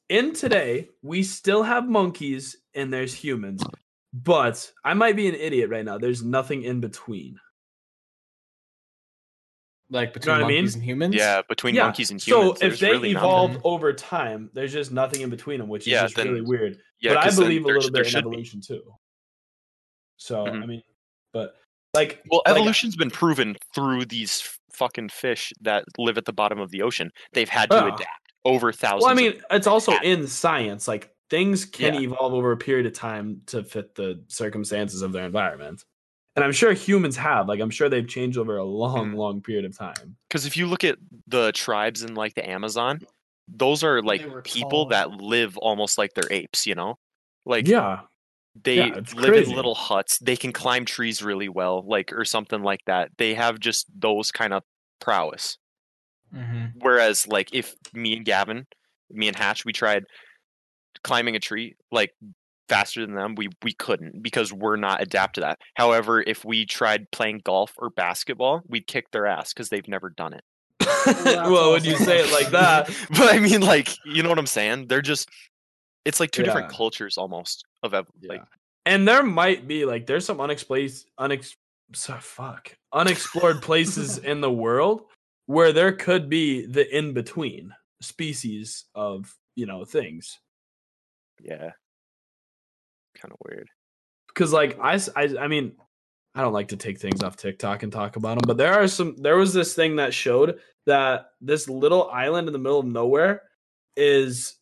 [SPEAKER 4] in today we still have monkeys and there's humans. But I might be an idiot right now. There's nothing in between.
[SPEAKER 1] like
[SPEAKER 4] know
[SPEAKER 1] between
[SPEAKER 4] what I mean?
[SPEAKER 1] monkeys and humans.
[SPEAKER 2] yeah, between monkeys and
[SPEAKER 4] so
[SPEAKER 2] humans,
[SPEAKER 4] if
[SPEAKER 2] there's
[SPEAKER 4] they
[SPEAKER 2] really not-
[SPEAKER 4] evolved over time, there's just nothing in between them, which
[SPEAKER 2] Yeah,
[SPEAKER 4] is just
[SPEAKER 2] then-
[SPEAKER 4] really weird.
[SPEAKER 2] yeah,
[SPEAKER 4] but I
[SPEAKER 2] 'cause then
[SPEAKER 4] believe a
[SPEAKER 2] there's-
[SPEAKER 4] little
[SPEAKER 2] there
[SPEAKER 4] bit in
[SPEAKER 2] should be.
[SPEAKER 4] evolution too. So I
[SPEAKER 2] Mhm.
[SPEAKER 4] mean, but like,
[SPEAKER 2] Well,
[SPEAKER 4] like,
[SPEAKER 2] evolution's been proven through these f- fucking fish that live at the bottom of the ocean. They've had to
[SPEAKER 4] Yeah.
[SPEAKER 2] adapt over thousands.
[SPEAKER 4] Well, I
[SPEAKER 2] of-
[SPEAKER 4] mean, it's also
[SPEAKER 2] happened.
[SPEAKER 4] in science. Like things can
[SPEAKER 2] Yeah.
[SPEAKER 4] evolve over a period of time to fit the circumstances of their environment. And I'm sure humans have. Like I'm sure they've changed over a long,
[SPEAKER 2] Mhm.
[SPEAKER 4] long period of time.
[SPEAKER 2] because if you look at the tribes in like the Amazon, those are
[SPEAKER 5] were
[SPEAKER 2] like people
[SPEAKER 5] tall.
[SPEAKER 2] that live almost like they're apes, you know? Like
[SPEAKER 4] yeah.
[SPEAKER 2] they
[SPEAKER 4] yeah,
[SPEAKER 2] live
[SPEAKER 4] it's crazy.
[SPEAKER 2] in little huts. They can climb trees really well, like or something like that. They have just those kind of prowess.
[SPEAKER 1] Mm-hmm.
[SPEAKER 2] Whereas like if me and Gavin, me and Hatch, we tried climbing a tree like faster than them, we we couldn't because we're not adapt to that. However, if we tried playing golf or basketball, we'd kick their ass because they've never done it.
[SPEAKER 5] that's
[SPEAKER 4] well, when you
[SPEAKER 5] also
[SPEAKER 4] say it like that,
[SPEAKER 2] but I mean, like, you know what I'm saying? They're just, it's like two different
[SPEAKER 4] Yeah.
[SPEAKER 2] cultures almost of ev- like,
[SPEAKER 4] and there might be like there's some unexplained, unex, so fuck, unexplored places in the world where there could be the in between species of you know things.
[SPEAKER 2] yeah, kind of weird.
[SPEAKER 4] because like I, s- I- I mean i don't like to take things off tiktok and talk about them but there are some there was this thing that showed that this little island in the middle of nowhere is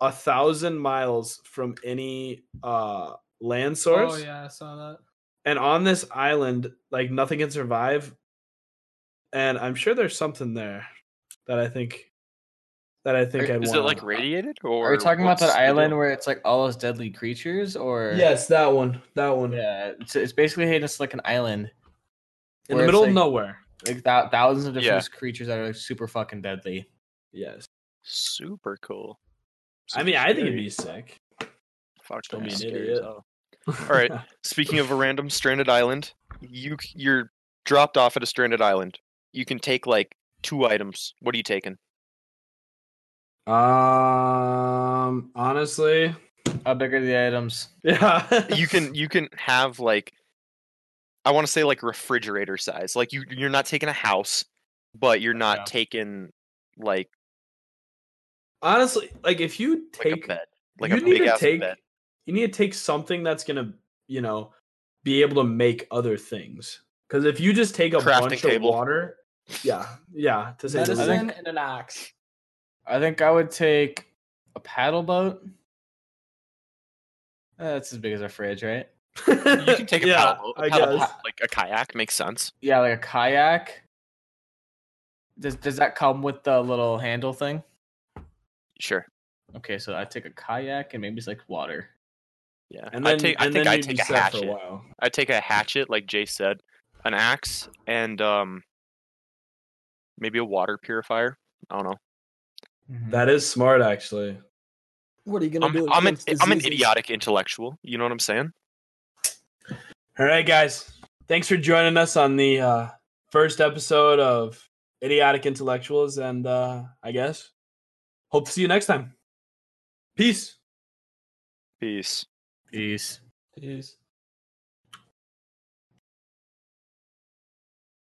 [SPEAKER 4] a thousand miles from any uh land source
[SPEAKER 5] Oh yeah, I saw that.
[SPEAKER 4] and on this island like nothing can survive and i'm sure there's something there that i think that i think
[SPEAKER 1] Are-
[SPEAKER 4] i'd
[SPEAKER 2] Is
[SPEAKER 4] want
[SPEAKER 2] it like radiated or
[SPEAKER 1] Are we talking about that
[SPEAKER 2] what's the
[SPEAKER 1] island
[SPEAKER 2] deal?
[SPEAKER 1] where it's like all those deadly creatures, or
[SPEAKER 4] yes that one that one
[SPEAKER 1] yeah? It's, it's basically hey, just like an island
[SPEAKER 4] in
[SPEAKER 1] where it's,
[SPEAKER 4] the middle
[SPEAKER 1] like,
[SPEAKER 4] of nowhere
[SPEAKER 1] like thou- thousands of
[SPEAKER 2] Yeah.
[SPEAKER 1] different creatures that are like, super fucking deadly.
[SPEAKER 4] yes
[SPEAKER 2] super cool?
[SPEAKER 4] i mean i think it'd be sick
[SPEAKER 2] Fuck,
[SPEAKER 4] don't
[SPEAKER 2] that's
[SPEAKER 4] be an
[SPEAKER 2] scary as
[SPEAKER 4] idiot.
[SPEAKER 2] hell. right. Speaking of a random stranded island, you c- you're dropped off at a stranded island. You can take like two items. What are you taking?
[SPEAKER 4] Um, honestly,
[SPEAKER 1] How big are the items?
[SPEAKER 4] yeah,
[SPEAKER 2] you can you can have like I want to say like refrigerator size. Like you you're not taking a house, but you're not
[SPEAKER 1] Yeah.
[SPEAKER 2] taking like
[SPEAKER 4] honestly like if you
[SPEAKER 2] like
[SPEAKER 4] take
[SPEAKER 2] a bed, like
[SPEAKER 4] you
[SPEAKER 2] a
[SPEAKER 4] need
[SPEAKER 2] big
[SPEAKER 4] to
[SPEAKER 2] ass
[SPEAKER 4] take
[SPEAKER 2] bed.
[SPEAKER 4] you need to take something that's gonna you know be able to make other things. Because if you just take a
[SPEAKER 2] Crafting
[SPEAKER 4] bunch
[SPEAKER 2] table.
[SPEAKER 4] of water, yeah, yeah, to say the
[SPEAKER 5] Medicine
[SPEAKER 4] least.
[SPEAKER 1] think-
[SPEAKER 5] and an axe.
[SPEAKER 1] I think I would take a paddle boat. Uh, That's as big as our fridge, right?
[SPEAKER 2] You can take a
[SPEAKER 4] yeah,
[SPEAKER 2] paddle boat. A
[SPEAKER 4] I
[SPEAKER 2] paddle
[SPEAKER 4] guess.
[SPEAKER 2] boat, like a kayak makes sense.
[SPEAKER 1] Yeah, like a kayak. Does does that come with the little handle thing?
[SPEAKER 2] Sure.
[SPEAKER 1] Okay, so I take a kayak and maybe it's like water.
[SPEAKER 2] Yeah.
[SPEAKER 4] And then,
[SPEAKER 2] I take. I
[SPEAKER 4] and
[SPEAKER 2] think
[SPEAKER 4] then
[SPEAKER 2] I
[SPEAKER 4] you'd be
[SPEAKER 2] take a
[SPEAKER 4] set for
[SPEAKER 2] hatchet.
[SPEAKER 4] while.
[SPEAKER 2] I take a hatchet, like Jay said, an axe, and um, maybe a water purifier. I don't know.
[SPEAKER 4] That is smart, actually.
[SPEAKER 5] What are you gonna
[SPEAKER 2] I'm,
[SPEAKER 5] do?
[SPEAKER 2] I'm an
[SPEAKER 5] against
[SPEAKER 2] I'm an
[SPEAKER 5] diseases?
[SPEAKER 2] idiotic intellectual. You know what I'm saying?
[SPEAKER 4] All right, guys. Thanks for joining us on the uh, first episode of Idiotic Intellectuals, and uh, I guess hope to see you next time. Peace.
[SPEAKER 2] Peace.
[SPEAKER 1] Peace.
[SPEAKER 5] Jeez.